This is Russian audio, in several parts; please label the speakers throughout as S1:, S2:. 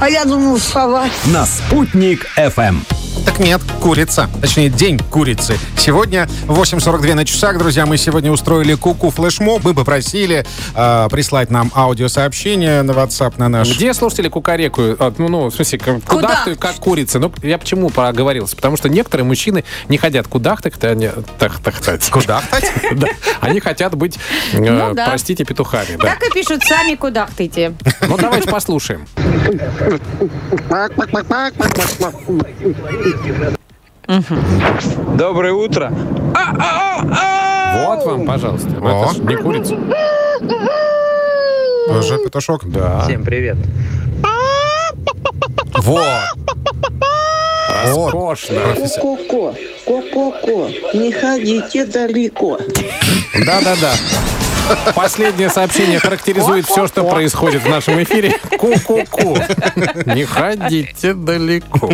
S1: А я думал сова.
S2: на «Спутник ФМ».
S3: Так нет, курица. Точнее, день курицы. Сегодня 8.42 на часах, друзья. Мы сегодня устроили куку флешмоб. Мы попросили э, прислать нам аудиосообщение на WhatsApp на наш...
S4: Где слушатели кукарекают? А, Ну, ну, в смысле, к-
S1: Куда?
S4: кудахтают, как курицы. Ну, я почему проговорился? Потому что некоторые мужчины не хотят кудахтать, они, так, так, так,
S3: Кудахтать?
S4: да. они хотят быть, э,
S5: Ну да.
S4: простите, петухами. да.
S5: Так и пишут, сами кудахтайте.
S4: Ну, давайте послушаем.
S6: Доброе утро.
S4: Вот вам, пожалуйста. Ну, это ж не курица.
S3: Тоже петушок? Да.
S6: Всем привет.
S3: Вот. Вот.
S4: Роскошно.
S1: Ко-ко-ко, ко-ко-ко, не ходите далеко.
S4: Да-да-да. Последнее сообщение характеризует все, что происходит в нашем эфире. Ку-ку-ку. Не ходите далеко.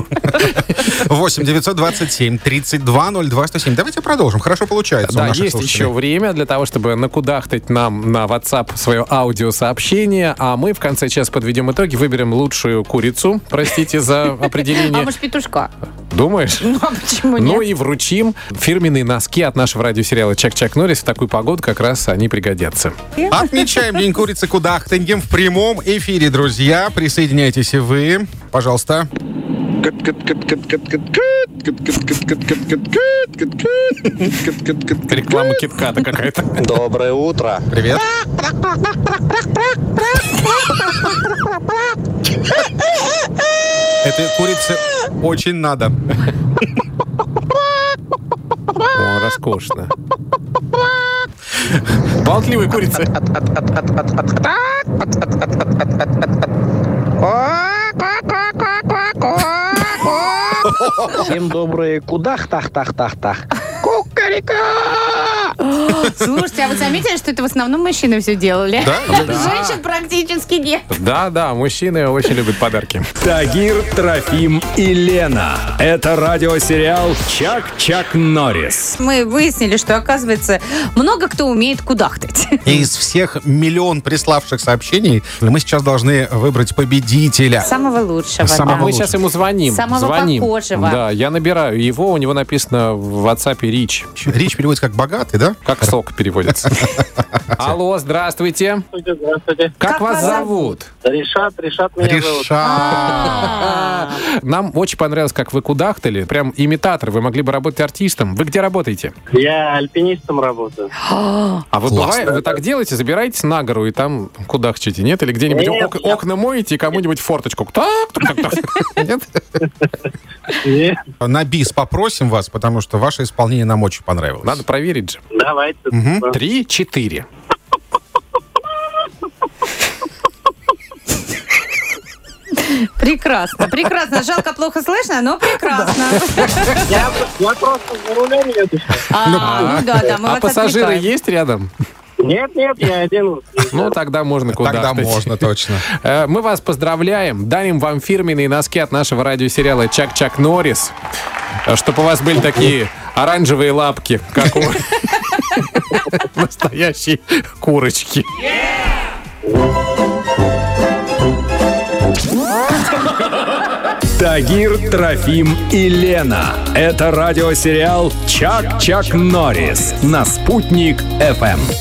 S3: 8 927 32 02 107. Давайте продолжим. Хорошо получается у
S4: Да,
S3: наших
S4: есть
S3: слушателей.
S4: еще время для того, чтобы накудахтать нам на WhatsApp свое аудиосообщение, а мы в конце часа подведем итоги, выберем лучшую курицу, простите за
S5: А
S4: определение.
S5: может, петушка?
S4: Думаешь?
S5: Ну, а почему
S4: Ну
S5: нет?
S4: и вручим фирменные носки от нашего радиосериала «Чак-Чак Норрис». В такую погоду как раз они пригодятся.
S3: Отмечаем День курицы кудахтаньем в прямом эфире, друзья. Присоединяйтесь и вы. Пожалуйста.
S4: Реклама китката какая-то.
S6: Доброе утро.
S3: Привет. Это курице очень надо.
S4: О, роскошно. Болтливые курицы.
S6: Всем доброе кудах тах тах тах тах.
S5: Слушайте, а вы заметили, что это в основном мужчины все делали?
S3: Да?
S5: Женщин практически нет.
S4: Да, да, мужчины очень любят подарки.
S2: Тагир, Трофим и Лена. Это радиосериал «Чак-Чак Норрис».
S5: Мы выяснили, что, оказывается, много кто умеет кудахтать.
S3: И из всех миллион приславших сообщений мы сейчас должны выбрать победителя.
S5: Самого лучшего,
S3: Самого
S5: да.
S4: Мы сейчас ему звоним.
S5: Самого
S4: звоним.
S5: похожего.
S4: Да, я набираю его, у него написано в WhatsApp Рич.
S3: Речь переводится как богатый, да?
S4: Как сок переводится. Алло, здравствуйте.
S7: Здравствуйте.
S4: Как вас зовут?
S7: Решат, решат меня зовут.
S3: Реша.
S4: Нам очень понравилось, как вы кудахтали. Прям имитатор. Вы могли бы работать артистом. Вы где работаете?
S7: Я альпинистом работаю.
S4: А вы,
S3: Классно.
S4: бывает- вы так делаете? Забираетесь на гору и там кудахчите, нет? Или где-нибудь
S7: Нет,
S4: ок-
S7: я-
S4: окна моете и кому-нибудь форточку? Так, так, так, так. Нет?
S7: И
S3: На бис попросим вас, потому что ваше исполнение нам очень понравилось.
S4: Надо проверить же.
S7: Давайте.
S4: Три, четыре.
S5: Прекрасно, прекрасно. Жалко, плохо слышно, но прекрасно.
S7: Я, я просто за рулем еду.
S5: А, Ну да, да, мы
S4: А
S5: вас
S4: пассажиры
S5: отвлекаем.
S4: есть рядом?
S7: Нет, нет, я один.
S4: Ну, тогда можно кудахтать.
S3: Тогда можно, точно.
S4: Э, Мы вас поздравляем, дарим вам фирменные носки от нашего радиосериала «Чак-Чак Норрис», э, чтобы у вас были такие оранжевые лапки, как у настоящей курочки.
S2: Тагир, Трофим и Лена. Это радиосериал «Чак-Чак Норрис» на «Спутник ФМ».